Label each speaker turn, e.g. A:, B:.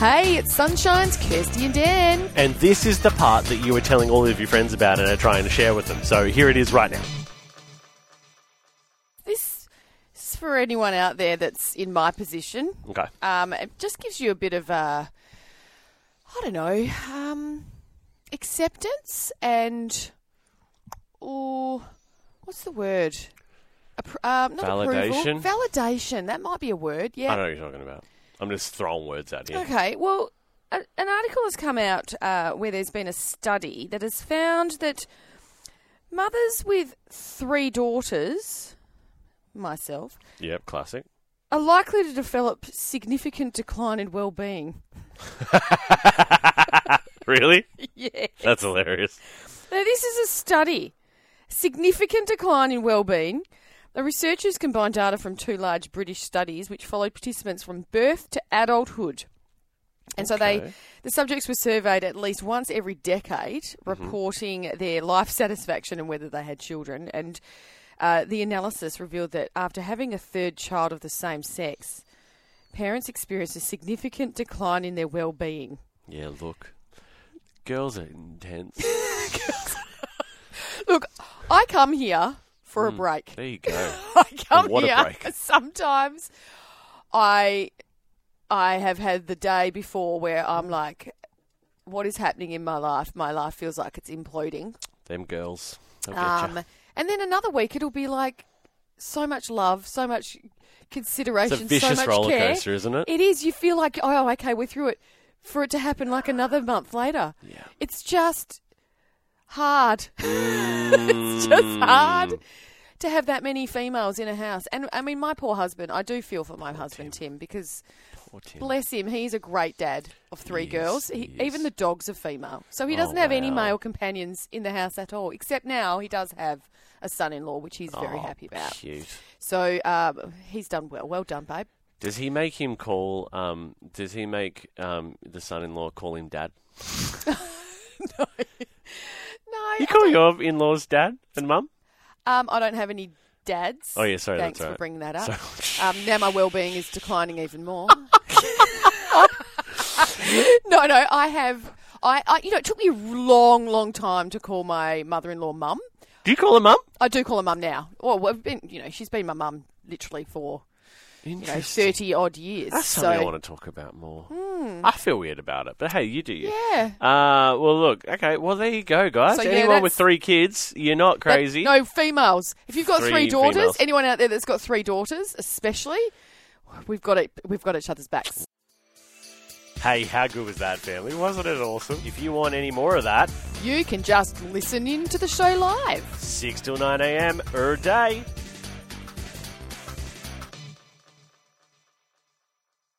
A: Hey, it's Sunshine's Kirsty and Dan.
B: And this is the part that you were telling all of your friends about and are trying to share with them. So here it is right now.
A: This is for anyone out there that's in my position.
B: Okay.
A: Um, it just gives you a bit of a, I don't know, um, acceptance and, or what's the word? Appro- um, not Approval.
B: Validation?
A: Validation. That might be a word. Yeah.
B: I don't know what you're talking about. I'm just throwing words out here.
A: Okay, well, a, an article has come out uh, where there's been a study that has found that mothers with three daughters, myself,
B: Yep, classic.
A: are likely to develop significant decline in well-being.
B: Really?
A: Yeah.
B: That's hilarious.
A: Now, this is a study. Significant decline in well-being. The researchers combined data from two large British studies which followed participants from birth to adulthood. And so they
B: Okay.
A: the subjects were surveyed at least once every decade, reporting their life satisfaction and whether they had children. And uh, the analysis revealed that after having a third child of the same sex, parents experienced a significant decline in their well-being.
B: Yeah, look. Girls are intense.
A: Look, I come here for a break.
B: There you go.
A: I come
B: What a
A: here
B: break.
A: sometimes. I I have had the day before where I'm like, what is happening in my life? My life feels like it's imploding.
B: Them girls. They'll get ya.
A: Um, and then another week it'll be like so much love, so much
B: it's a
A: consideration, so
B: vicious
A: much
B: roller
A: care.
B: coaster, isn't it?
A: It is. You feel like, oh, okay, we're through it. For it to happen like another month later,
B: Yeah.
A: it's just hard. it's
B: Mm,
A: just hard to have that many females in a house. And I mean, my poor husband. I do feel for my husband Tim, because
B: Poor Tim.
A: bless him, he's a great dad of three
B: He is,
A: girls. He,
B: he
A: even
B: is.
A: the dogs are female, so he
B: Oh,
A: doesn't have any
B: wow.
A: male companions in the house at all. Except now he does have a son-in-law, which he's very
B: Oh,
A: happy about.
B: Cute.
A: So um, he's done well. Well done, babe.
B: Does he make him call? Um, does he make um, the son-in-law call him dad?
A: No,
B: You call your in-laws dad and mum?
A: Um, I don't have any dads.
B: Oh, yeah, sorry,
A: Thanks
B: that's
A: for
B: all right.
A: bringing that up.
B: So-
A: Um, now my well-being is declining even more. no, no, I have. I, I, you know, it took me a long, long time to call my mother-in-law mum.
B: Do you call him mum?
A: I do call her mum now. Well, we've been, you know, she's been my mum literally for you know
B: Interesting.
A: thirty odd years.
B: That's
A: so Hmm.
B: something I want to talk about more. I feel weird about it, but hey, you do you.
A: yeah,
B: Uh, well, look, okay, well, there you go, guys.
A: So, yeah,
B: Anyone with
A: that's-
B: three kids, you're not
A: That-
B: crazy.
A: no females. If you've got three,
B: Three
A: daughters,
B: females.
A: anyone out there that's got three daughters, especially, we've got it. We've got each other's backs.
B: Hey, how good was that, family? Wasn't it awesome? If you want any more of that,
A: You can just listen in to the show live.
B: 6 till 9 a.m. er day.